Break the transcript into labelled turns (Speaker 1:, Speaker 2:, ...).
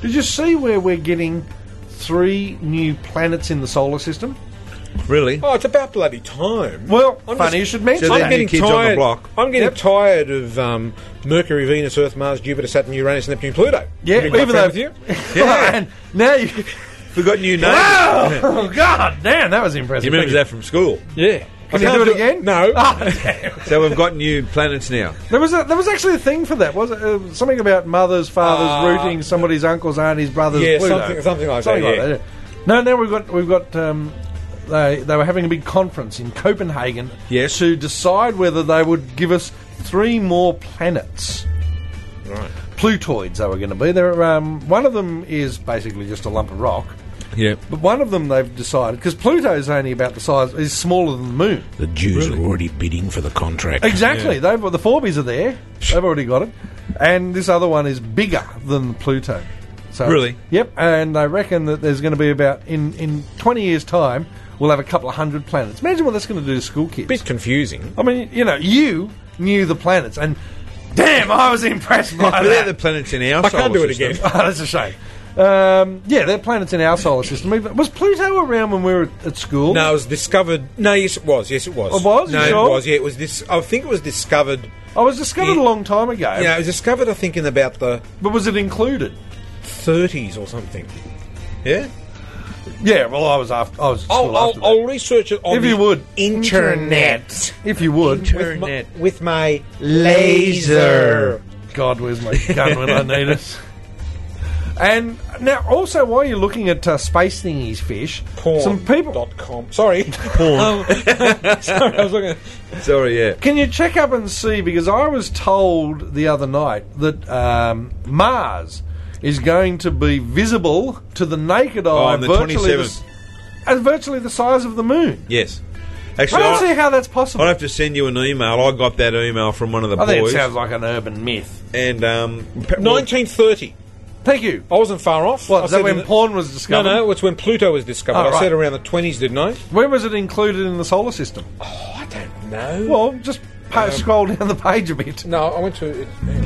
Speaker 1: Did you see where we're getting three new planets in the solar system?
Speaker 2: Really?
Speaker 3: Oh, it's about bloody time.
Speaker 1: Well,
Speaker 3: I'm
Speaker 1: funny
Speaker 3: just-
Speaker 1: you should mention
Speaker 2: So
Speaker 1: that.
Speaker 2: they're getting- kids on the
Speaker 3: tired.
Speaker 2: block.
Speaker 3: I'm getting
Speaker 1: Yep.
Speaker 3: tired of um, Mercury, Venus, Earth, Mars, Jupiter, Saturn, Uranus, Neptune, Pluto.
Speaker 1: Yeah,
Speaker 3: To be quite
Speaker 1: even
Speaker 3: frank
Speaker 1: though
Speaker 3: with you,
Speaker 1: yeah. and now you.
Speaker 2: We got new names.
Speaker 3: Ah!
Speaker 1: Oh God, damn, that was impressive.
Speaker 2: You remember that from school?
Speaker 3: yeah.
Speaker 1: Can you
Speaker 3: can't
Speaker 1: do it again?
Speaker 3: No.
Speaker 1: Ah, damn.
Speaker 2: So we've got new planets now.
Speaker 1: There was a, there was actually a thing for that. Was it, uh, something about mothers, fathers rooting somebody's uncles, aunties, brothers?
Speaker 3: Ah, Yeah,
Speaker 1: Pluto.
Speaker 3: something- something like that, yeah.
Speaker 1: yeah. No, now we've got we've got. Um, they they were having a big conference in Copenhagen.
Speaker 2: Yes.
Speaker 1: To decide whether they would give us three more planets.
Speaker 3: Right.
Speaker 1: Plutoids they were going to be. There, um, one of them is basically just a lump of rock,
Speaker 2: Yeah.
Speaker 1: but one of them they've decided because Pluto's only about the size is smaller than the Moon.
Speaker 4: The Jews are already bidding for the contract.
Speaker 1: Exactly. They've the Forbies are there. They've already got it, and this other one is bigger than Pluto. So
Speaker 2: Really?
Speaker 1: Yep. And I reckon that there's going to be about in in twenty years' time we'll have a couple of hundred planets. Imagine what that's going to do to school kids.
Speaker 3: Bit confusing.
Speaker 1: I mean, you know, you knew the planets, and damn, I was impressed by
Speaker 2: But they're the
Speaker 1: that.
Speaker 2: planets in our
Speaker 3: I can't do
Speaker 2: solar
Speaker 3: it
Speaker 2: system.
Speaker 3: again.
Speaker 1: Oh, that's a shame. Um, yeah, they're planets in our solar system. Even- Was Pluto around when we were at, at school?
Speaker 3: No, it was discovered. No, yes, it was. Yes, it
Speaker 2: Oh,
Speaker 3: was.
Speaker 1: It was? You
Speaker 3: No, it
Speaker 1: sure?
Speaker 3: was. Yeah, it was. This. I think it was discovered.
Speaker 1: I was discovered
Speaker 3: Yeah.
Speaker 1: a long time ago.
Speaker 3: Yeah, it was discovered. I think in about the
Speaker 1: But was it included?
Speaker 3: 30s or something.
Speaker 2: Yeah.
Speaker 1: Yeah. Well, I was after. I was. at
Speaker 3: I'll,
Speaker 1: school
Speaker 3: I'll,
Speaker 1: after that.
Speaker 3: I'll Oh, research it on
Speaker 1: If
Speaker 3: the
Speaker 1: you would.
Speaker 3: internet.
Speaker 1: If you would.
Speaker 3: With my,
Speaker 2: Internet.
Speaker 3: with my laser.
Speaker 1: God, where's my gun when I need it? And now, also, while you're looking at uh, space thingies, fish,
Speaker 3: Porn.
Speaker 1: some people. oh,
Speaker 3: Dot com. Sorry.
Speaker 2: Porn.
Speaker 3: Sorry, I was looking at.
Speaker 2: Sorry, yeah.
Speaker 1: Can you check up and see? Because I was told the other night that um, Mars is going to be visible to the naked eye
Speaker 2: on the
Speaker 1: virtually, the, s-
Speaker 2: 27th.
Speaker 1: as virtually the size of the moon.
Speaker 2: Yes.
Speaker 1: I
Speaker 2: Actually,
Speaker 1: don't see
Speaker 2: I'll,
Speaker 1: how that's possible.
Speaker 2: I'll
Speaker 1: I
Speaker 2: have to send you an email. I got that email from one of the
Speaker 1: think it
Speaker 2: boys.
Speaker 1: sounds like an urban myth.
Speaker 2: and um, pe- well,
Speaker 3: 1930.
Speaker 1: Thank you.
Speaker 3: I wasn't far off.
Speaker 1: What,
Speaker 3: I
Speaker 1: is that
Speaker 3: said
Speaker 1: when
Speaker 3: in the-
Speaker 1: porn was
Speaker 3: No,
Speaker 1: discovered?
Speaker 3: no, it's when Pluto was discovered.
Speaker 1: Oh,
Speaker 3: I
Speaker 1: right.
Speaker 3: said around the 20s, didn't I?
Speaker 1: When was it included in the solar system? Um,
Speaker 3: I don't know.
Speaker 1: Well, just pa- scroll down the page a bit.
Speaker 3: no, I went to.